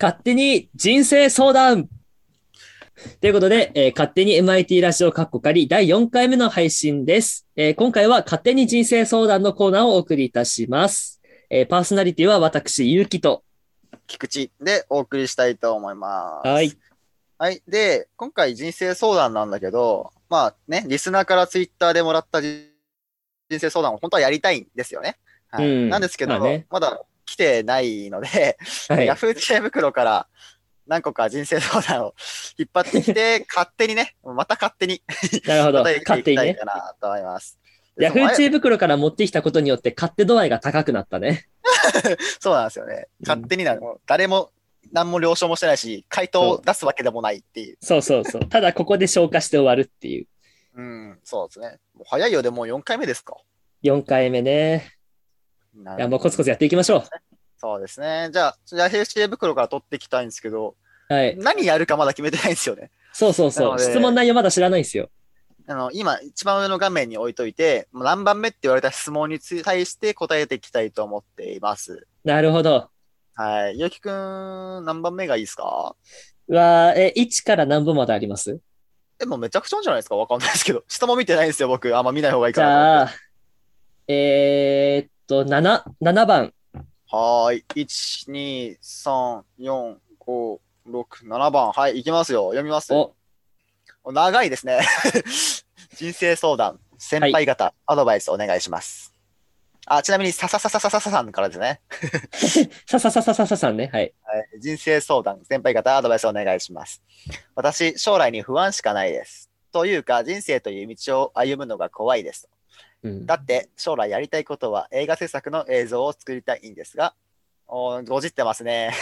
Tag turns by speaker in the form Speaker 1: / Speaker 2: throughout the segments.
Speaker 1: 勝手に人生相談ということで、えー勝手に MIT ラジオカッコ仮第4回目の配信です、えー今回は勝手に人生相談のコーナーをお送りいたします。えーパーソナリティは私、ゆうきと。
Speaker 2: 菊池でお送りしたいと思います。
Speaker 1: はい。
Speaker 2: はい。で、今回人生相談なんだけど、まあね、リスナーからツイッターでもらった人人生相談を本当はやりたいんですよね。はい。
Speaker 1: うん
Speaker 2: なんですけど、
Speaker 1: まあね
Speaker 2: まだ来てないので、
Speaker 1: はい。
Speaker 2: Yahoo 知恵袋から何個か人生相談を引っ張ってきて、 勝手にね、また勝手に、
Speaker 1: なるほど。
Speaker 2: またやっ
Speaker 1: 勝手
Speaker 2: て
Speaker 1: に
Speaker 2: いきたい
Speaker 1: ね。
Speaker 2: かなと思います。で
Speaker 1: ヤフ
Speaker 2: その
Speaker 1: ー知恵袋から持ってきたことによって勝手度合いが高くなったね。
Speaker 2: そうなんですよね。勝手になる。誰も何も了承もしてないし、回答を出すわけでもないっていう。
Speaker 1: そうそう そう。ただここで消化して終わるっていう。
Speaker 2: うん、そうですね。もう早いよ、でもう4回目ですか。
Speaker 1: 4回目ね。
Speaker 2: ない
Speaker 1: や、もうコツコツやっていきましょ
Speaker 2: そうですね。じゃあ、じゃあ、平成袋から取っていきたいんですけど、
Speaker 1: う。はい。
Speaker 2: 何やるかまだ決めてないんですよね。
Speaker 1: そうそう
Speaker 2: な
Speaker 1: そ
Speaker 2: の
Speaker 1: う。
Speaker 2: で
Speaker 1: 質問内容まだ知らないんですよ。
Speaker 2: あの、今、一番上の画面に置いといて、もう何番目って言われた質問につ対して答えていきたいと思っています。
Speaker 1: なるほど。
Speaker 2: はい。ゆうきくん、何番目がいいですか
Speaker 1: うわーえ、1から何分まであります
Speaker 2: え、もうめちゃくちゃ多いんじゃないですかわかんないですけど。 下も見てないんですよ、僕。あんま見ない方がいい
Speaker 1: じ
Speaker 2: かな
Speaker 1: ゃあ、えーっと、7、7番。
Speaker 2: と思って。はーい。1、2、3、4、5、6、7番。はい、いきますよ。読みます。
Speaker 1: お、
Speaker 2: 長いですね。人生相談、先輩方、アドバイスお願いします。あ、ちなみに、ささささささささんからですね、
Speaker 1: さささささささんね。はい。
Speaker 2: はい人生相談、先輩方、アドバイスお願いします。私、将来に不安しかないです。というか、人生という道を歩むのが怖いです。
Speaker 1: うん
Speaker 2: だって、将来やりたいことは映画制作の映像を作りたいんですが、おーごじってますね。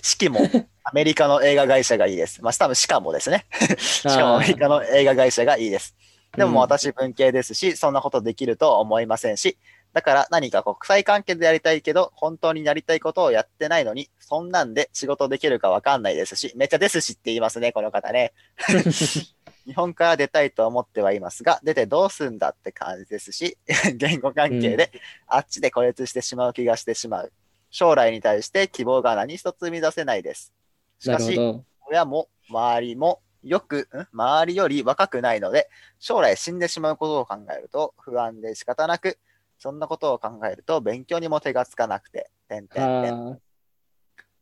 Speaker 2: 四季もアメリカの映画会社がいいです。まあ、多分しかもですね。しかもアメリカの映画会社がいいです。でももう私文系ですし、そんなことできるとは思いませんし、だから何か国際関係でやりたいけど、本当にやりたいことをやってないのに、そんなんで仕事できるかわかんないですし、めっちゃですしって言いますね、この方ね。日本から出たいと思ってはいますが、出てどうすんだって感じですし、 言語関係であっちで孤立してしまう気がしてしまう。将来に対して希望が何一つ生み出せないです。し
Speaker 1: な
Speaker 2: か
Speaker 1: るほ
Speaker 2: し、
Speaker 1: ど。
Speaker 2: 親も周りもよく、ん周りより若くないので、将来死んでしまうことを考えると不安で仕方なく、そんなことを考えると勉強にも手がつかなくて、てんてんてん。
Speaker 1: あー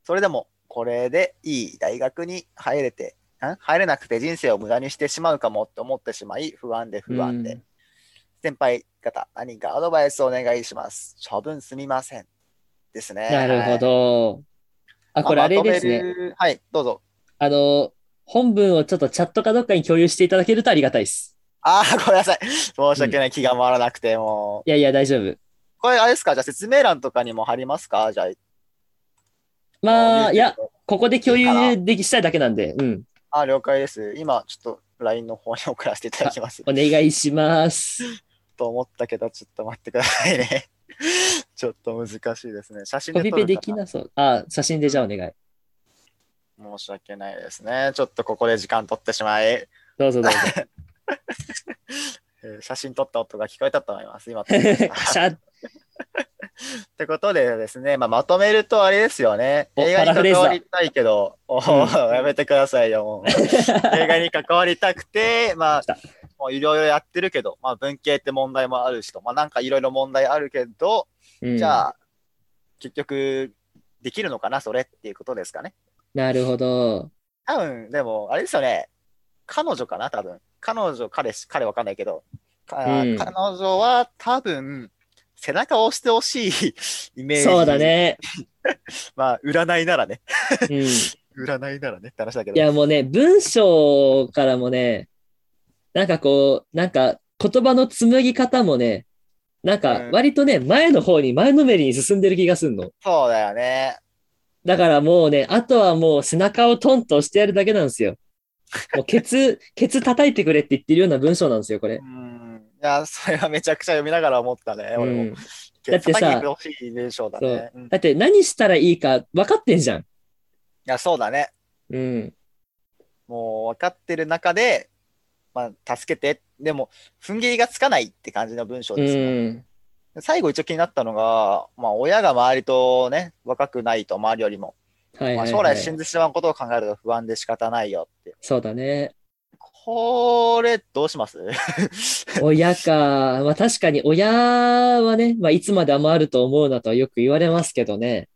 Speaker 2: それでも、これでいい大学に入れて、ん入れなくて人生を無駄にしてしまうかもって思ってしまい、不安で不安で。
Speaker 1: うん
Speaker 2: 先輩方、何かアドバイスお願いします。処分すみません。ですね。
Speaker 1: なるほ。ど。あ、これあれです
Speaker 2: ま
Speaker 1: ね。
Speaker 2: とめるはい、どうぞ。
Speaker 1: あの、本文をちょっとチャットかどっかに共有していただけるとありがたいです。
Speaker 2: ああ、ごめんなさい。申し訳ない。気が回らなくて、も
Speaker 1: い
Speaker 2: う。
Speaker 1: やいや、大丈夫。
Speaker 2: これあれですかじゃあ説明欄とかにも貼りますかじゃあ。
Speaker 1: ま
Speaker 2: あ
Speaker 1: あ、いや、。ここで共有できしたいだけなんで、うん。
Speaker 2: あ、了解です。今、ちょっと LINE の方に送らせていただきます。
Speaker 1: お願いします。
Speaker 2: と思ったけど、ちょっと待ってくださいね。 ちょっと難しいですね。写真
Speaker 1: コ
Speaker 2: で
Speaker 1: ピ
Speaker 2: 撮
Speaker 1: ペ
Speaker 2: る
Speaker 1: で
Speaker 2: か
Speaker 1: き
Speaker 2: な
Speaker 1: なそう。あ、写真でじゃあお願い。
Speaker 2: 申し訳ないですね。ちょっとここで時間取ってしまい、え
Speaker 1: どうぞどうぞ。
Speaker 2: ー写真撮った音が聞こえたと思います。今。っ
Speaker 1: シ
Speaker 2: て
Speaker 1: ャ
Speaker 2: ことでですね、まあ、まとめるとあれですよね。
Speaker 1: お
Speaker 2: 映画に
Speaker 1: パラフレーズだ
Speaker 2: 関わりたいけど、おーやめてください よ、もう。映画に関わりたくて、まあ
Speaker 1: 来た、
Speaker 2: もういろいろやってるけど、まあ、文系って問題もあるしと、まあ、なんかいろいろ問題あるけど、
Speaker 1: うん
Speaker 2: じゃあ、結局、できるのかな、それっていうことですかね。
Speaker 1: なるほど。
Speaker 2: 多分、でも、あれですよね。彼女かな、多分。彼女、彼氏、彼わかんないけど、か
Speaker 1: うん
Speaker 2: 彼女は多分、背中を押してほしいイメージ。
Speaker 1: そうだ。ね。
Speaker 2: まあ、占いならね。
Speaker 1: うん。 い
Speaker 2: 占いならねって話だけど。
Speaker 1: や、もうね、文章からもね、なんかこう、なんか言葉の紡ぎ方もね、なんか
Speaker 2: うん
Speaker 1: 割とね、前の方に、前のめりに進んでる気がすんの。
Speaker 2: そうだよね。
Speaker 1: だからもうね、あとはもう背中をトンと押してやるだけなんですよ。もうケツ、 ケツ叩いてくれって言ってるような文章なんですよ、これ
Speaker 2: う。ん。いや、それはめちゃくちゃ読みながら思ったね、俺も。
Speaker 1: うん
Speaker 2: だって
Speaker 1: だってさ
Speaker 2: さ、欲しい文章だね。うんい
Speaker 1: だって何したらいいか分かってんじゃん。
Speaker 2: や、そうだね。
Speaker 1: うん。
Speaker 2: もう分かってる中で、まあ、助けて。でも、踏ん切りがつかないって感じの文章
Speaker 1: う
Speaker 2: ですね。
Speaker 1: ん。
Speaker 2: 最後一応気になったのが、まあ、親が周りとね、若くないと、周りよりも。
Speaker 1: はい
Speaker 2: ま
Speaker 1: は
Speaker 2: あ、
Speaker 1: い、
Speaker 2: 将
Speaker 1: は
Speaker 2: 来
Speaker 1: い。
Speaker 2: 死んでしまうことを考えると不安で仕方ないよって。
Speaker 1: そうだね。
Speaker 2: これ、どうします
Speaker 1: 親か。まあ確かに親はね、まあいつまでもあると思うなとはよく言われますけどね。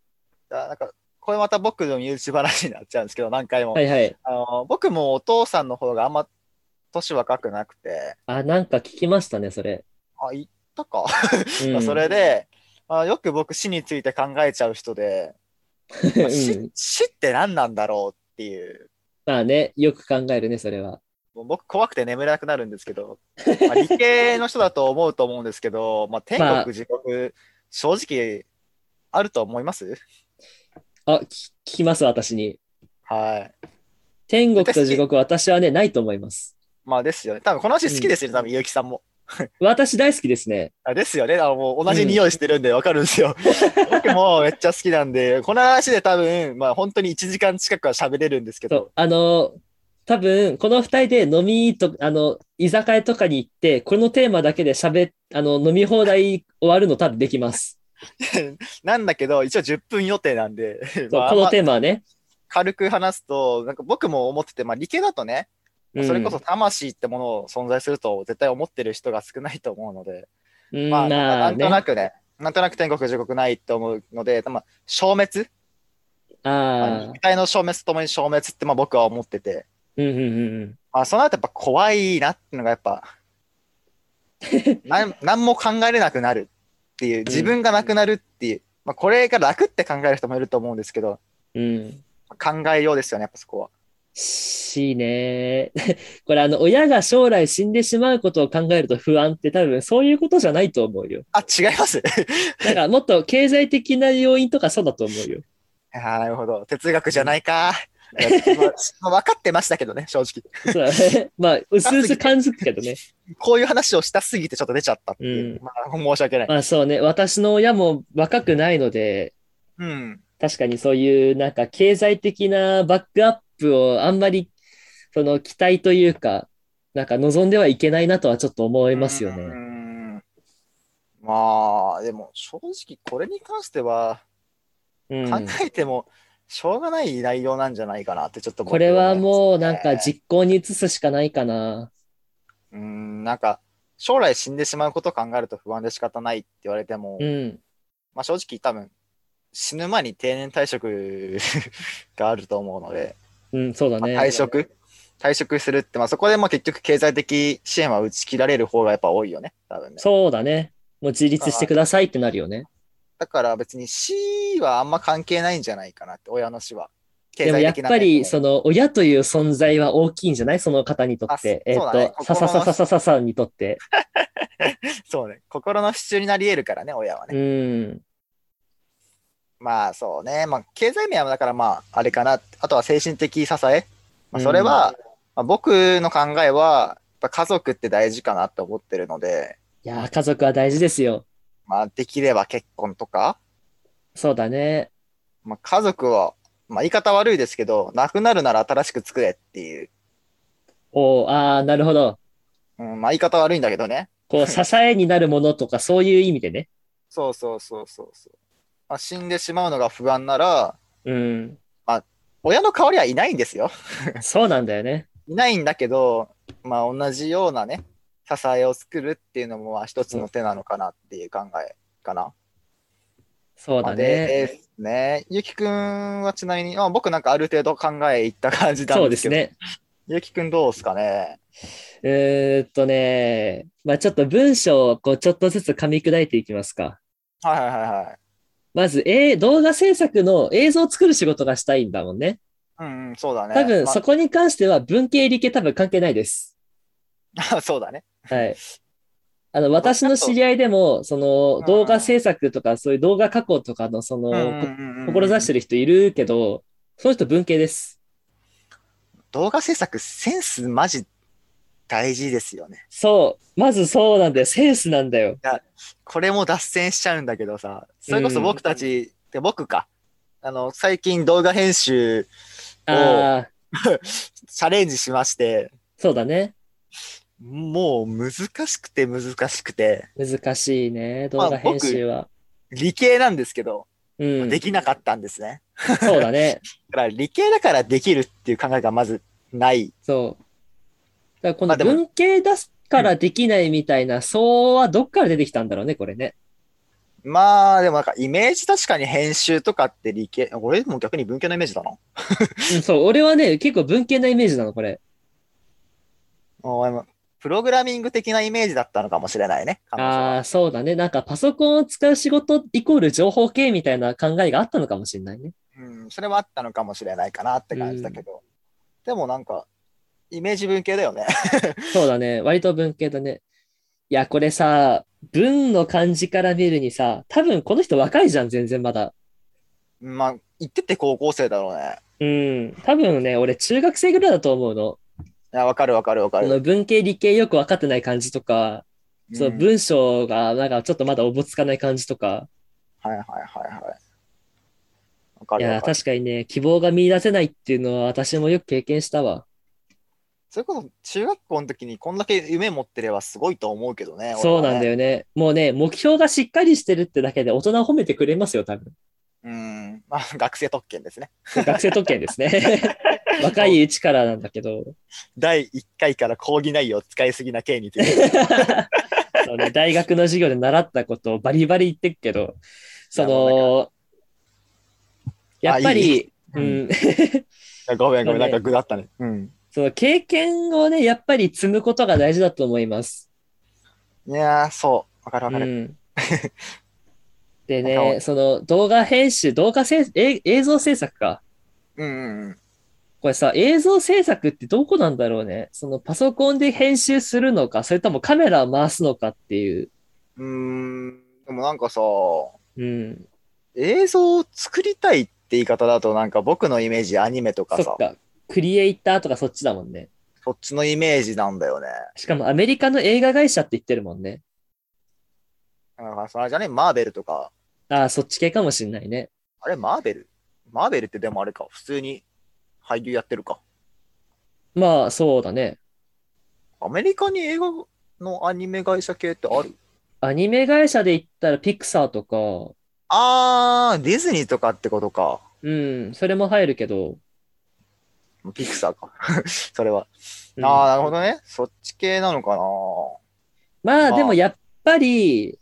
Speaker 2: あなんか、これまた僕の身内話になっちゃうんですけど、何回も。
Speaker 1: はいはい。
Speaker 2: あの僕もお父さんの方があんま年若くなくて、
Speaker 1: あ、なんか聞きましたね、それ。
Speaker 2: あ、言ったか。
Speaker 1: うん
Speaker 2: それで、まあ、よく僕死について考えちゃう人で、
Speaker 1: う
Speaker 2: まあ死
Speaker 1: ん
Speaker 2: 死って何なんだろうっていう。
Speaker 1: まあね、よく考えるね、それは。
Speaker 2: もう僕怖くて眠れなくなるんです けど、まあ理系の人だと思うと思うんですけど、まあ、天
Speaker 1: まあ
Speaker 2: 国地獄、正直あると思います
Speaker 1: あ、き聞きます、私に。
Speaker 2: はい。
Speaker 1: 天国と地獄、私はね、ないと思います。
Speaker 2: まあですよね。多分この話好きですよね、多分結城さんも。
Speaker 1: 私大好きですね。
Speaker 2: あですよね。あのもう同じ匂いしてるんでわかるんです よ。僕もめっちゃ好きなんで、この話で多分、まあ本当に1時間近くは喋れるんですけ
Speaker 1: そ
Speaker 2: ど
Speaker 1: う、、あの、多分、この二人で飲みと、あの、居酒屋とかに行って、このテーマだけで喋っ、あの、飲み放題終わるの多分できます。
Speaker 2: なんだけど、一応10分予定なんで、
Speaker 1: そう
Speaker 2: まあ
Speaker 1: こ
Speaker 2: ま
Speaker 1: の
Speaker 2: あ
Speaker 1: テーマはね。
Speaker 2: 軽く話すと、なんか僕も思ってて、まあ理系だとね、
Speaker 1: うん
Speaker 2: それこそ、魂ってものを存在すると絶対思ってる人が少ないと思うので、
Speaker 1: うん
Speaker 2: まあ、
Speaker 1: ま
Speaker 2: な
Speaker 1: あ
Speaker 2: んとな
Speaker 1: ね。
Speaker 2: くね、なんとなく天国地獄ないと思うので、まあ、消滅、
Speaker 1: ああ
Speaker 2: 肉、体の消滅とともに消滅ってまあ僕は思ってて、
Speaker 1: うんうんうんうん。
Speaker 2: まあ、その後やっぱ怖いなっていうのがやっぱ、なん何も考えれなくなるっていう、自分がなくなるっていう、まあ、これが楽って考える人もいると思うんですけど、
Speaker 1: うん。
Speaker 2: 考えようですよね、やっぱそこは。
Speaker 1: しいね。これ、あの、親が将来死んでしまうことを考えると不安って多分そういうことじゃないと思うよ。
Speaker 2: あ、違います。
Speaker 1: なんかもっと経済的な要因とかそうだと思うよ。
Speaker 2: あーなるほど。哲学じゃないか。いやまあまあ分かってましたけどね、正直。
Speaker 1: そうだね。まあ、うすうす感づくけどね。
Speaker 2: こういう話をしたすぎてちょっと出ちゃったっていう。
Speaker 1: う
Speaker 2: まあ、申し訳ない。
Speaker 1: まあそうね。私の親も若くないので、
Speaker 2: うん。
Speaker 1: 確かにそういうなんか経済的なバックアップをあんまり、その期待というか、なんか望んではいけないなとはちょっと思いますよ
Speaker 2: う
Speaker 1: ね。
Speaker 2: んまあ、でも正直これに関しては
Speaker 1: うん
Speaker 2: 考えてもしょうがない内容なんじゃないかなってちょっと僕
Speaker 1: これはもう
Speaker 2: 思い
Speaker 1: な
Speaker 2: ます
Speaker 1: ん
Speaker 2: ね
Speaker 1: か実行に移すしかないかな。
Speaker 2: うん、なんか将来死んでしまうことを考えると不安で仕方ないって言われても、
Speaker 1: うん。
Speaker 2: まあ正直多分死ぬ前に定年退職 があると思うので、
Speaker 1: うん、そうだ
Speaker 2: まあ
Speaker 1: ね。
Speaker 2: 退職退職するって、まあ、そこでまあ結局経済的支援は打ち切られる方がやっぱ多いよね、多分ね。
Speaker 1: そうだね。もう自立してくださいってなるよね。
Speaker 2: だから別に死はあんま関係ないんじゃないかなって、親の死は。経
Speaker 1: でもやっぱり、
Speaker 2: そ
Speaker 1: その親という存在は大きいんじゃないその方にとっ
Speaker 2: あそ
Speaker 1: て。えっ
Speaker 2: そうだね
Speaker 1: と、さささささささんにとって。
Speaker 2: そうね、心の支柱になり得るからね、親はね。
Speaker 1: うん。
Speaker 2: まあそうね、まあ経済面はだからまああれかな、あとは精神的支え。まあ、それは、まあ、僕の考えは、やっぱ家族って大事かなって思ってるので、
Speaker 1: いやー、家族は大事ですよ。
Speaker 2: まあできれば結婚とか、
Speaker 1: そうだね。
Speaker 2: まあ、家族は、まあ言い方悪いですけど、亡くなるなら新しく作れっていう、
Speaker 1: おーああ、なるほど。
Speaker 2: うん、まあ言い方悪いんだけどね。
Speaker 1: こう、支えになるものとか、そういう意味でね。
Speaker 2: そうそうそうそうそう。まあ、死んでしまうのが不安なら、
Speaker 1: うん。
Speaker 2: 親の代わりはいないんですよ。
Speaker 1: そうなんだよね。
Speaker 2: いないんだけど、まあ、同じようなね、支えを作るっていうのもまあ一つの手なのかなっていう考えかな。
Speaker 1: そう
Speaker 2: ま
Speaker 1: だ
Speaker 2: あ
Speaker 1: ね。
Speaker 2: でですね。ゆきくんはちなみに、まあ、僕なんかある程度考えいった感じな
Speaker 1: そうんで
Speaker 2: です
Speaker 1: す
Speaker 2: けど、
Speaker 1: ね。
Speaker 2: ゆきくんどうですかね。
Speaker 1: えーっとね、まあちょっと文章をこうちょっとずつ噛み砕いていきますか。
Speaker 2: はいはいはいはい。
Speaker 1: まず、えー動画制作の映像を作る仕事がしたいんだもんね。
Speaker 2: うん、うん、そうだね。
Speaker 1: 多分、
Speaker 2: まあ
Speaker 1: そこに関しては文系理系多分関係ない です。
Speaker 2: そうだね。
Speaker 1: はい。あの、私の知り合いでも、その
Speaker 2: うん
Speaker 1: 動画制作とか、そういう動画加工とかの、その、こ志して
Speaker 2: る。
Speaker 1: る人いるけど、その人文系です。
Speaker 2: 動画制作、センスマジ大事ですよね。
Speaker 1: そう。まずそうなんだよ。センスなんだよ。
Speaker 2: これも脱線しちゃうんだけどさ、それこ
Speaker 1: う
Speaker 2: そ
Speaker 1: ん
Speaker 2: 僕たち、で僕か、あの、最近動画編集
Speaker 1: ああ、
Speaker 2: チャレンジしまして、
Speaker 1: そうだね。
Speaker 2: もう難しくて難しくて、
Speaker 1: 難しいね。動
Speaker 2: まあ
Speaker 1: 画編集は。
Speaker 2: 理系なんですけど、
Speaker 1: うん。
Speaker 2: できなかったんですね。
Speaker 1: そうだね。
Speaker 2: だから理系だからできるっていう考えがまずない。
Speaker 1: そう。だから
Speaker 2: まあ
Speaker 1: こ
Speaker 2: で
Speaker 1: の
Speaker 2: も
Speaker 1: 文系出すからできないみたいな、そうはどっから出てきたんだろうね、これね。
Speaker 2: まあでもなんかイメージ確かに編集とかって理系、俺も逆に文系のイメージだな。
Speaker 1: うんそう、俺はね、結構文系なイメージなの、これ。
Speaker 2: お前もプログラミング的なイメージだったのかもしれないね。彼女は
Speaker 1: ああー、そうだね。なんかパソコンを使う仕事イコール情報系みたいな考えがあったのかもしれないね。
Speaker 2: うん、それはあったのかもしれないかなって感じだけど。でもなんか、イメージ文系だよね。
Speaker 1: そうだね。割と文系だね。いや、これさ、文の漢字から見るにさ、多分この人若いじゃん、全然まだ。
Speaker 2: まあ、言ってて高校生だろうね。
Speaker 1: うん。多分ね、俺中学生ぐらいだと思うの。
Speaker 2: いや、わかるわかるわか
Speaker 1: こ
Speaker 2: る。
Speaker 1: の文系理系よく分かってない感じとか、そう、
Speaker 2: ん
Speaker 1: 文章がなんかちょっとまだおぼつかない感じとか、
Speaker 2: はいはいはいはい。わか
Speaker 1: い
Speaker 2: る
Speaker 1: や
Speaker 2: わ
Speaker 1: ー、
Speaker 2: かる。
Speaker 1: 確かにね、希望が見出せないっていうのは私もよく経験したわ。
Speaker 2: それこそ中学校の時にこんだけ夢持ってればすごいと思うけどね。
Speaker 1: そうなんだ
Speaker 2: よ。
Speaker 1: よね。もうね、目標がしっかりしてるってだけで大人を褒めてくれますよ、多 分。
Speaker 2: うん。まあ、学生特権ですね。
Speaker 1: 学生特権です ね。若いうちからなんだけど。
Speaker 2: 第1回から講義内容を使いすぎな件につ いて。
Speaker 1: そうね、大学の授業で習ったことをバリバリ言ってるけど、その、やっぱ
Speaker 2: あい
Speaker 1: り、う
Speaker 2: う
Speaker 1: んん、
Speaker 2: ごめんごめん、
Speaker 1: まあね
Speaker 2: なんか具だったね。うん。
Speaker 1: その経験をね、やっぱり積むことが大事だと思います。
Speaker 2: いやー、そう。わかるわ
Speaker 1: う
Speaker 2: かる。
Speaker 1: ん、で
Speaker 2: なんか
Speaker 1: ね、その動画編集、動画制え映像制作か。
Speaker 2: うんうんうん。
Speaker 1: これさ、映像制作ってどこなんだろうね。そのパソコンで編集するのか、それともカメラを回すのかっていう。
Speaker 2: うーん。でもなんかさ、
Speaker 1: うん。
Speaker 2: 映像を作りたいって言い方だとなんか僕のイメージアニメとか
Speaker 1: そ
Speaker 2: さ
Speaker 1: っ、か。クリエイターとかそっちだもんね。
Speaker 2: そっちのイメージなんだよね。
Speaker 1: しかもアメリカの映画会社って言ってるもんね。
Speaker 2: なんかそれじゃね、マーベルとか、
Speaker 1: ああ、そっち系かもしんないね。
Speaker 2: あれ、マーベルマーベルってでもあれか、普通に俳優やってるか。
Speaker 1: まあ、そうだね。
Speaker 2: アメリカに映画のアニメ会社系ってある
Speaker 1: アニメ会社で言ったらピクサーとか、
Speaker 2: あー、ディズニーとかってことか。
Speaker 1: うん、それも入るけど。
Speaker 2: ピクサーか。 それは。
Speaker 1: うん
Speaker 2: あー、なるほどね。そっち系なのか
Speaker 1: まあ、
Speaker 2: まあ
Speaker 1: でもやっぱり、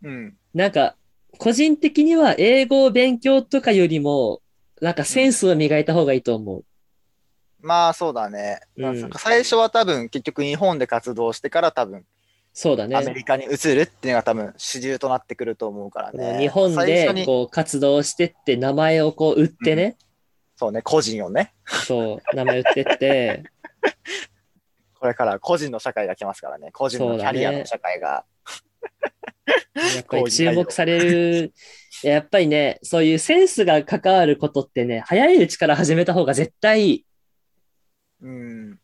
Speaker 2: なうん。
Speaker 1: なんか、個人的には英語を勉強とかよりも、なんかセンスを磨いた方がいいと思う。
Speaker 2: まあ、そうだね。
Speaker 1: うん
Speaker 2: なんか最初は多分、結局日本で活動してから多分、
Speaker 1: そうだ
Speaker 2: アメ
Speaker 1: ね。
Speaker 2: リカに移るっていうのが多分主流となってくると思うからね。
Speaker 1: 日本
Speaker 2: 最初
Speaker 1: で
Speaker 2: に
Speaker 1: こう活動してって名前をこう売ってね、
Speaker 2: そうね、個人をね。
Speaker 1: そう、名前売ってって、
Speaker 2: これから個人の社会が来ますからね。個人のキャリアの社会が。
Speaker 1: や っぱり注目される、やっぱりね、そういうセンスが関わることってね、早いうちから始めた方が絶対いい。
Speaker 2: うん。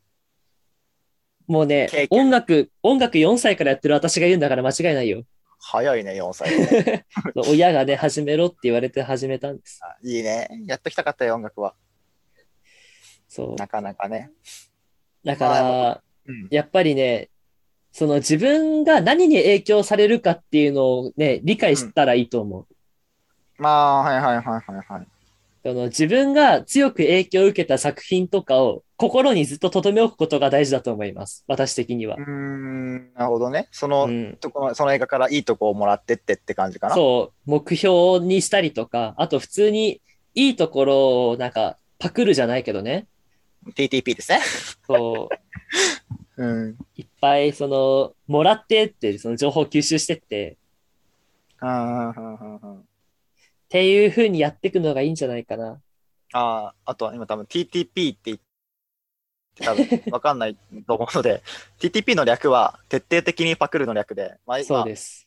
Speaker 1: もうね
Speaker 2: 経、験
Speaker 1: 音楽、音楽4歳からやってる私が言うんだから間違いないよ。
Speaker 2: 早いね、4歳は
Speaker 1: そう親がね、始めろって言われて始めたんです。
Speaker 2: いいね。やっときたかったよ、音楽は。
Speaker 1: そう。
Speaker 2: なかなかね。
Speaker 1: だか
Speaker 2: ま
Speaker 1: ら、
Speaker 2: うん。
Speaker 1: やっぱりね、その自分が何に影響されるかっていうのをね、理解したらいいと思う。
Speaker 2: まあ、はいはいはいはいはい。
Speaker 1: その自分が強く影響を受けた作品とかを心にずっと留め置くことが大事だと思います。私的には
Speaker 2: う。ーん、なるほどね。そうの、
Speaker 1: ん、
Speaker 2: とこのその映画からいいとこをもらってってって感じかな。
Speaker 1: そう、目標にしたりとか、あと普通にいいところをなんかパクるじゃないけどね。
Speaker 2: TTP ですね。
Speaker 1: そう、
Speaker 2: うん。
Speaker 1: いっぱいその、もらってって、その情報を吸収してって、
Speaker 2: あー
Speaker 1: っていう風にやっていくのがいいんじゃないかな。
Speaker 2: あー、あとは今多分 TTP って言って多分わかんないと思うので、TTP の略は徹底的にパクるの略で、まあ、
Speaker 1: そう
Speaker 2: 今
Speaker 1: です。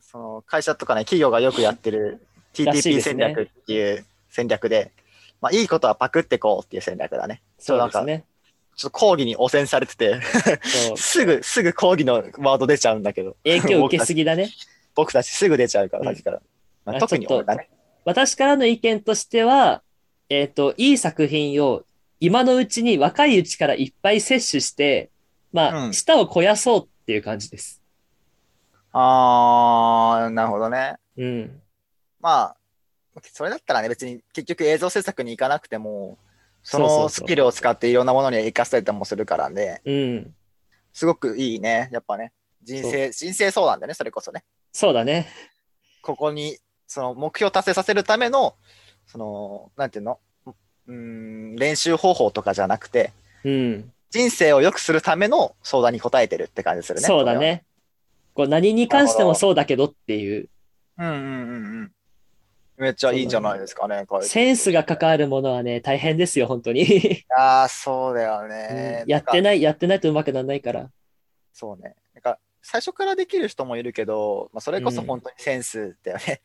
Speaker 2: その会社とかね、企業がよくやって る
Speaker 1: らしいで
Speaker 2: TTP
Speaker 1: す
Speaker 2: 戦
Speaker 1: ね
Speaker 2: 略っていう戦略で、まあ、いいことはパクってこうっていう戦略だね。
Speaker 1: そうですね。
Speaker 2: ちょっと講義に汚染されてて、
Speaker 1: そう
Speaker 2: すぐ、すぐ講義のワード出ちゃうんだけど、
Speaker 1: 影響受けすぎだ ね。
Speaker 2: 僕たちすぐ出ちゃうから、
Speaker 1: う
Speaker 2: さ
Speaker 1: ん
Speaker 2: っきから。まあ
Speaker 1: あ
Speaker 2: 特に
Speaker 1: ちょっと
Speaker 2: 俺だね。
Speaker 1: 私からの意見としては、えっ、と、いい作品を今のうちに若いうちからいっぱい摂取して、まあ、
Speaker 2: うん
Speaker 1: 舌を肥やそうっていう感じです。
Speaker 2: あー、なるほどね。
Speaker 1: うん。
Speaker 2: まあ、それだったらね、別に結局映像制作に行かなくても、そ
Speaker 1: そうそう
Speaker 2: の
Speaker 1: そ
Speaker 2: ス
Speaker 1: う
Speaker 2: キルを使っていろんなものに活かされたりもするからね、
Speaker 1: うん。
Speaker 2: すごくいいね、やっぱね。人生、人生相談だよね、それこそね。
Speaker 1: そうだね。
Speaker 2: ここに、その目標達成させるための、その、なんていうのうーん、練習方法とかじゃなくて、
Speaker 1: うん。
Speaker 2: 人生を良くするための相談に答えてるって感じするね。
Speaker 1: そうだね。こう何に関してもそうだけどっていう、
Speaker 2: これは。うんうんうんうん。めっちゃいいんじゃないですかね、これ
Speaker 1: センスが関わるものはね、大変ですよ、本当に。
Speaker 2: ああ、そうだよ
Speaker 1: う
Speaker 2: ね。
Speaker 1: んやって
Speaker 2: い。
Speaker 1: ない、やってないとうまくならないから。
Speaker 2: そうね。なんか、最初からできる人もいるけど、まあ、それこそ
Speaker 1: うん
Speaker 2: 本当にセンスだよね。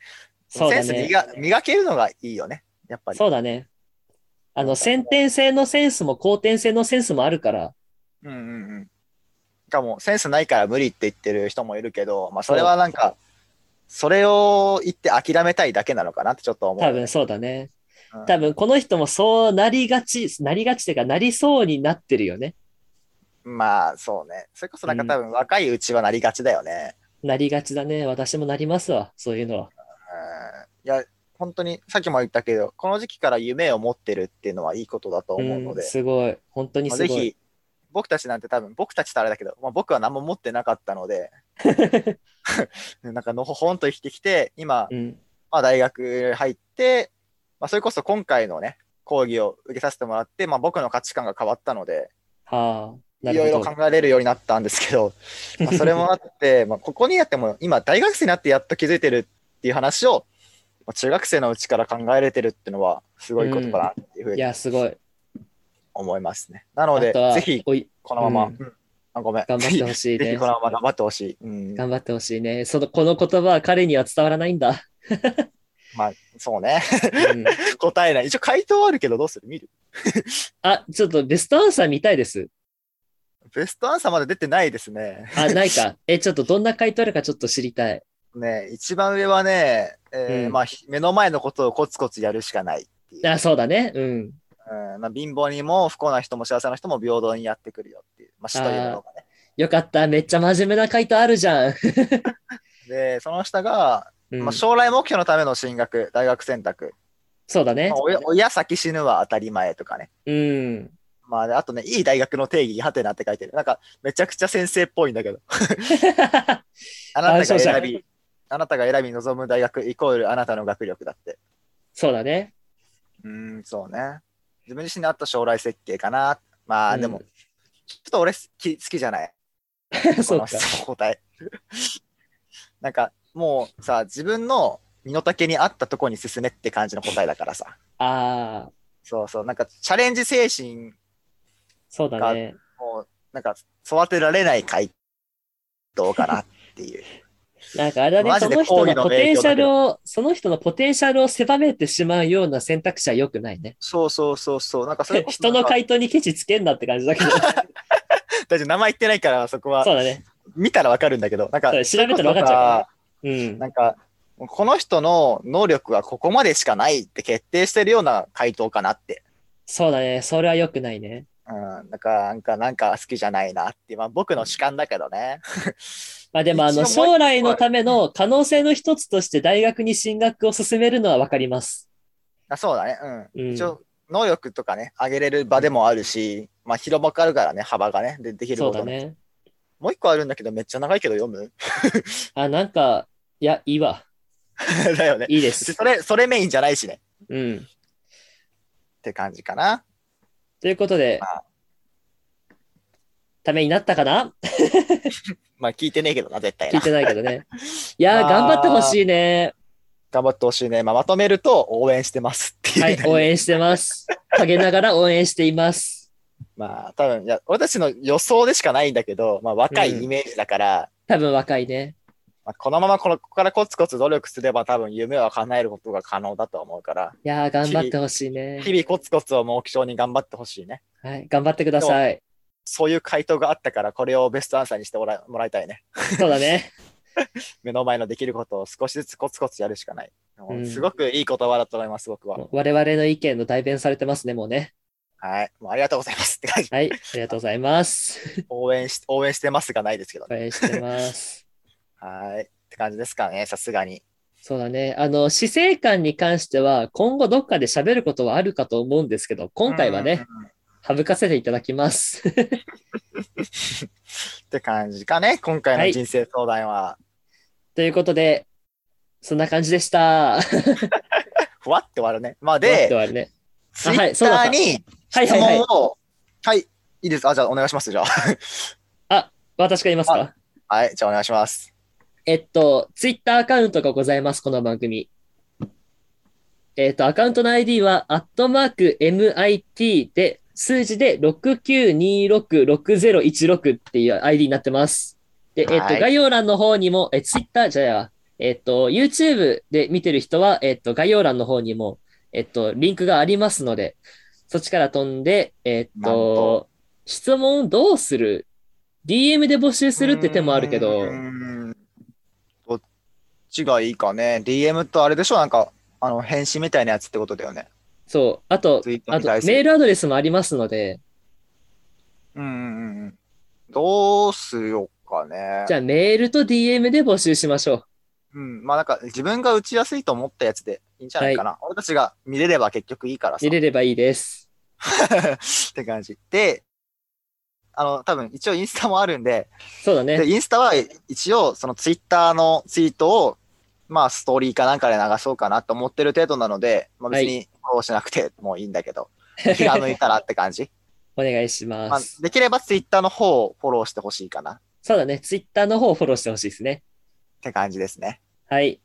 Speaker 1: そう
Speaker 2: セ
Speaker 1: だ
Speaker 2: ンス
Speaker 1: ね。
Speaker 2: 磨磨けるのがいいよね。やっぱり。
Speaker 1: そうだね。あの、先天性のセンスも後天性のセンスもあるから。
Speaker 2: うんうんうん。しかも、センスないから無理って言ってる人もいるけど、まあ、それはなんか、それを言って諦めたいだけなのかなってちょっと思う。
Speaker 1: 多分そうだね。
Speaker 2: うん
Speaker 1: 多分この人もそうなりがち、なりがちというかなりそうになってるよね。
Speaker 2: まあ、そうね。それこそなんか
Speaker 1: うん
Speaker 2: 多分若いうちはなりがちだよね。
Speaker 1: なりがちだね。私もなりますわ。そういうのは。
Speaker 2: うん。いや、本当に、さっきも言ったけど、この時期から夢を持ってるっていうのはいいことだと思うの
Speaker 1: うん
Speaker 2: で。
Speaker 1: すごい。本当に
Speaker 2: まあ
Speaker 1: す
Speaker 2: ぜ
Speaker 1: ごい。
Speaker 2: ひ、僕たちなんて多分、僕たちとあれだけど、まあ、僕は何も持ってなかった ので、 なんかのほほんと生きてきて、今、
Speaker 1: うん。
Speaker 2: まあ、大学入って、まあ、それこそ今回のね、講義を受けさせてもらって、まあ、僕の価値観が変わったので、
Speaker 1: はあ。ない
Speaker 2: ろい
Speaker 1: る
Speaker 2: ろ
Speaker 1: ほ
Speaker 2: 考
Speaker 1: ど。
Speaker 2: えれるようになったんですけ ど、まあ、それもあって、まあここにやっても、今、大学生になってやっと気づいてるっていう話を、まあ中学生のうちから考えれてるっていうのは、すごいことかなっていうふう
Speaker 1: い
Speaker 2: に
Speaker 1: や、すごい。
Speaker 2: 思いますね。な
Speaker 1: あ
Speaker 2: ので、
Speaker 1: とは
Speaker 2: ぜひ、
Speaker 1: おい
Speaker 2: このまま、
Speaker 1: うん
Speaker 2: うんあごめん。
Speaker 1: 頑張ってほしい
Speaker 2: ぜひ
Speaker 1: ね
Speaker 2: こ。のまま頑張ってほしい。うん、
Speaker 1: 頑張ってほしいね。その、この言葉は彼には伝わらないん だ。
Speaker 2: まあ、そうね。
Speaker 1: う ん
Speaker 2: 答えない。一応回答はあるけど、どうする見る
Speaker 1: あ、ちょっとベストアンサー見たいです。
Speaker 2: ベストアンサーまだ出てないですね。
Speaker 1: あ、ない か。え、ちょっとどんな回答あるかちょっと知りたい。
Speaker 2: ね一番上はね、えー
Speaker 1: うん
Speaker 2: まあ、ひ目の前のことをコツコツやるしかないっていう。
Speaker 1: あ、そうだね。うん。
Speaker 2: うんまあ、貧乏にも不幸な人も幸せな人も平等にやってくるよっていう。まあ、死というのがね。
Speaker 1: よかった。めっちゃ真面目な回答あるじゃん。
Speaker 2: で、その下が、
Speaker 1: うん
Speaker 2: まあ、将来目標のための進学、大学選択。
Speaker 1: そうだね
Speaker 2: まあ。親親先死ぬは当たり前とかね。
Speaker 1: うん。
Speaker 2: まあで、あとね、いい大学の定義、ハテナって書いてる。なんか、めちゃくちゃ先生っぽいんだけど。あなたが選び、あなたが選び望む大学イコールあなたの学力だって。
Speaker 1: そうだ ね。
Speaker 2: うーん、そうね。自分自身に合った将来設計かな。まあ、
Speaker 1: うん
Speaker 2: でも、ちょっと俺好き好きじゃない。
Speaker 1: そう
Speaker 2: こ
Speaker 1: か
Speaker 2: の。質問答え。 なんか、もうさ、自分の身の丈に合ったとこに進めって感じの答えだからさ。
Speaker 1: ああ、
Speaker 2: そうそう、なんかチャレンジ精神
Speaker 1: そうだね。
Speaker 2: を、なんか育てられない回答かなっ ていう。
Speaker 1: なんかあれだね、
Speaker 2: マ
Speaker 1: そ
Speaker 2: ジで
Speaker 1: の人
Speaker 2: 講
Speaker 1: の
Speaker 2: 義の
Speaker 1: ポテ
Speaker 2: 勉
Speaker 1: ン
Speaker 2: 強
Speaker 1: シャ
Speaker 2: だけど
Speaker 1: ルを、その人のポテンシャルを狭めてしまうような選択肢は良くないね。
Speaker 2: そうそうそうそう。なんかそれこそな
Speaker 1: 人
Speaker 2: んか
Speaker 1: の回答にケチつけんなって感じだけど。
Speaker 2: 大丈夫名前言ってないから、そこは
Speaker 1: そうだね。
Speaker 2: 見たらわかるんだけど、なんか
Speaker 1: そ、う調べたらわかっちゃうからうん。
Speaker 2: なんか、この人の能力はここまでしかないって決定してるような回答かなって。
Speaker 1: そうだね。それは良くないね。
Speaker 2: うん、なんか、なんか、なんか好きじゃないなって、まあ僕の主観だけどね。
Speaker 1: まあでも、あの、
Speaker 2: 一応もう一個
Speaker 1: 将来のための可能性の一つとして大学に進学を進めるのはわかります。
Speaker 2: あそうだね、うん。
Speaker 1: うん
Speaker 2: 一応、能力とかね、上げれる場でもあるし、まあ広場からからね、幅がね、でできる
Speaker 1: そ
Speaker 2: こ
Speaker 1: うだ
Speaker 2: と、
Speaker 1: ね。
Speaker 2: もう一個あるんだけど、めっちゃ長いけど読む
Speaker 1: あ、なんか、いや、いいわ。
Speaker 2: だよね。
Speaker 1: いいです。
Speaker 2: それ、それメインじゃないしね。
Speaker 1: うん。
Speaker 2: って感じかな。
Speaker 1: ということで
Speaker 2: まあ、
Speaker 1: ためになったかな
Speaker 2: まあ聞いてねえけどな、絶対
Speaker 1: 聞い
Speaker 2: な。
Speaker 1: てないけどね。いやー、
Speaker 2: まあ
Speaker 1: 頑張ってほしいね。
Speaker 2: 頑張ってほしいね。まあまとめると、応援してますっていう、
Speaker 1: はい、応援してます。陰ながら応援しています。
Speaker 2: まあ、多分いや、俺たちの予想でしかないんだけど、まあ、若いイメージだから、
Speaker 1: 多分若いね。
Speaker 2: まあ、このままこのここからコツコツ努力すれば、多分夢は叶えることが可能だと思うから、
Speaker 1: いやー、頑張ってほしいね
Speaker 2: 日。々コツコツを目標に頑張ってほしいね。
Speaker 1: はい、頑張ってください。
Speaker 2: そういう回答があったから、これをベストアンサーにしてもらもらいたいね。
Speaker 1: そうだね。
Speaker 2: 目の前のできることを少しずつコツコツやるしかない。もうんすごくいい言葉だと思います、僕は。
Speaker 1: もう我々の意見の代弁されてますね、もうね。
Speaker 2: はい。もうありがとうございますっ て感じ。
Speaker 1: はい、ありがとうございます。
Speaker 2: 応援し、応援してますがないですけどね。
Speaker 1: 応援してます。
Speaker 2: はい。って感じですかね、さすがに。
Speaker 1: そうだね。あの、死生観に関しては、今後どっかで喋ることはあるかと思うんですけど、今回はね、
Speaker 2: うん。っ
Speaker 1: 省かせていただきます。
Speaker 2: て感じかね、今回の人生相談は。
Speaker 1: ということで、そんな感じでした。
Speaker 2: ふわって終わるね。ま あ
Speaker 1: 終わって終
Speaker 2: で、
Speaker 1: わるね。
Speaker 2: ツ
Speaker 1: あ
Speaker 2: イ
Speaker 1: はい
Speaker 2: ッ
Speaker 1: そうだった
Speaker 2: ターに
Speaker 1: はい
Speaker 2: 質
Speaker 1: はいはい
Speaker 2: 問。を、はい、いいですあ、じゃあお願いします。じゃあ。
Speaker 1: 私から言いますか
Speaker 2: はい、じゃあお願いします。
Speaker 1: えっと、ツイッターアカウントがございます、この番組。えっと、アカウントの ID は、アットマーク MIT で、数字で69266016っていう ID になってます。で、えっ
Speaker 2: は
Speaker 1: と、
Speaker 2: い
Speaker 1: 概要欄の方にも、え、ツイッターじゃや、えっと、YouTube で見てる人は、えっと、概要欄の方にも、えっと、リンクがありますので、そっちから飛んで、えっ
Speaker 2: なん
Speaker 1: と
Speaker 2: と、
Speaker 1: 質問どうする ?DM で募集するって手もあるけど、
Speaker 2: うーん。どっちがいいかね。DM とあれでしょ、なんか、あの、返信みたいなやつってことだよね。
Speaker 1: そう。あと
Speaker 2: ツイッ、ター
Speaker 1: あ
Speaker 2: に
Speaker 1: と
Speaker 2: 対する
Speaker 1: メールアドレスもありますので、
Speaker 2: うんうんうんうん。どうしようかね。
Speaker 1: じゃあメールと DM で募集しましょう。
Speaker 2: うん。まあなんか、自分が打ちやすいと思ったやつでいいんじゃないかな。俺たちが見れれば結局いいからさ。
Speaker 1: 見れればいいです。
Speaker 2: って感じ。で、あの、多分一応インスタもあるんで、
Speaker 1: そうだね
Speaker 2: で。インスタは一応、そのツイッターのツイートを、まあ、ストーリーかなんかで流そうかなと思ってる程度なので、まあ、別にこうしなくてもいいんだ けど、気が向いたらって感じ。
Speaker 1: お願いし
Speaker 2: ま
Speaker 1: ま
Speaker 2: あ
Speaker 1: す。、
Speaker 2: できればツイッターの方をフォローしてほしいかなっ
Speaker 1: そうだね。ツイッターの方をフォローしてほしいですね。
Speaker 2: て感じですね。
Speaker 1: はい。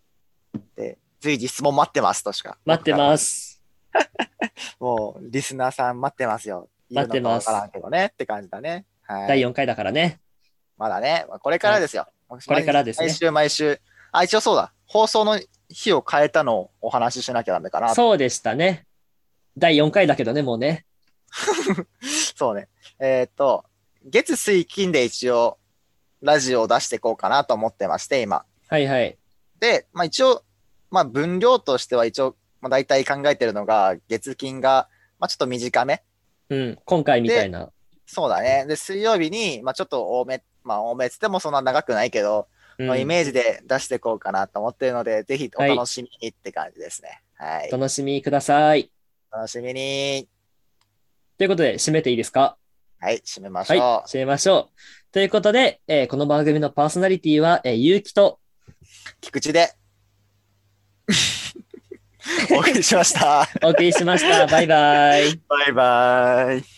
Speaker 2: で、随時質問待ってますとしか。
Speaker 1: 待って
Speaker 2: す。
Speaker 1: ます。
Speaker 2: もう、リスナーさん待ってますよ。
Speaker 1: 待ってます
Speaker 2: いるのかわからんけどねって感じだね。はい。
Speaker 1: 第4回だからね。
Speaker 2: まだね、まあこれからですよ。
Speaker 1: これからですね
Speaker 2: 毎週毎週。あ、一応そうだ。放送の日を変えたのをお話ししなきゃダメかな。
Speaker 1: そうでしたね。第4回だけどね、もうね。
Speaker 2: そうね。えーっと、月水金で一応、ラジオを出していこうかなと思ってまして、今。
Speaker 1: はいはい。
Speaker 2: で、まあ一応、まあ分量としては一応、まあ大体考えてるのが、月金が、まあちょっと短め。
Speaker 1: うん。今回みたいな。
Speaker 2: そうだね。で、水曜日に、まあちょっと多め、まあ多めっつってもそんな長くないけど、
Speaker 1: うん
Speaker 2: のイメージで出していこうかなと思ってるので、ぜひお楽しみにって感じですね。はい。
Speaker 1: 楽しみください。
Speaker 2: 楽しみに。
Speaker 1: ということで、締めていいですか
Speaker 2: はい、締めまし
Speaker 1: はい、
Speaker 2: ょ
Speaker 1: 締めましょう。ということで、えーこの番組のパーソナリティは、えー、ゆうきと、
Speaker 2: う。菊池 で。 お送りしました。
Speaker 1: お送りしました。バイバイ。
Speaker 2: バイバイ。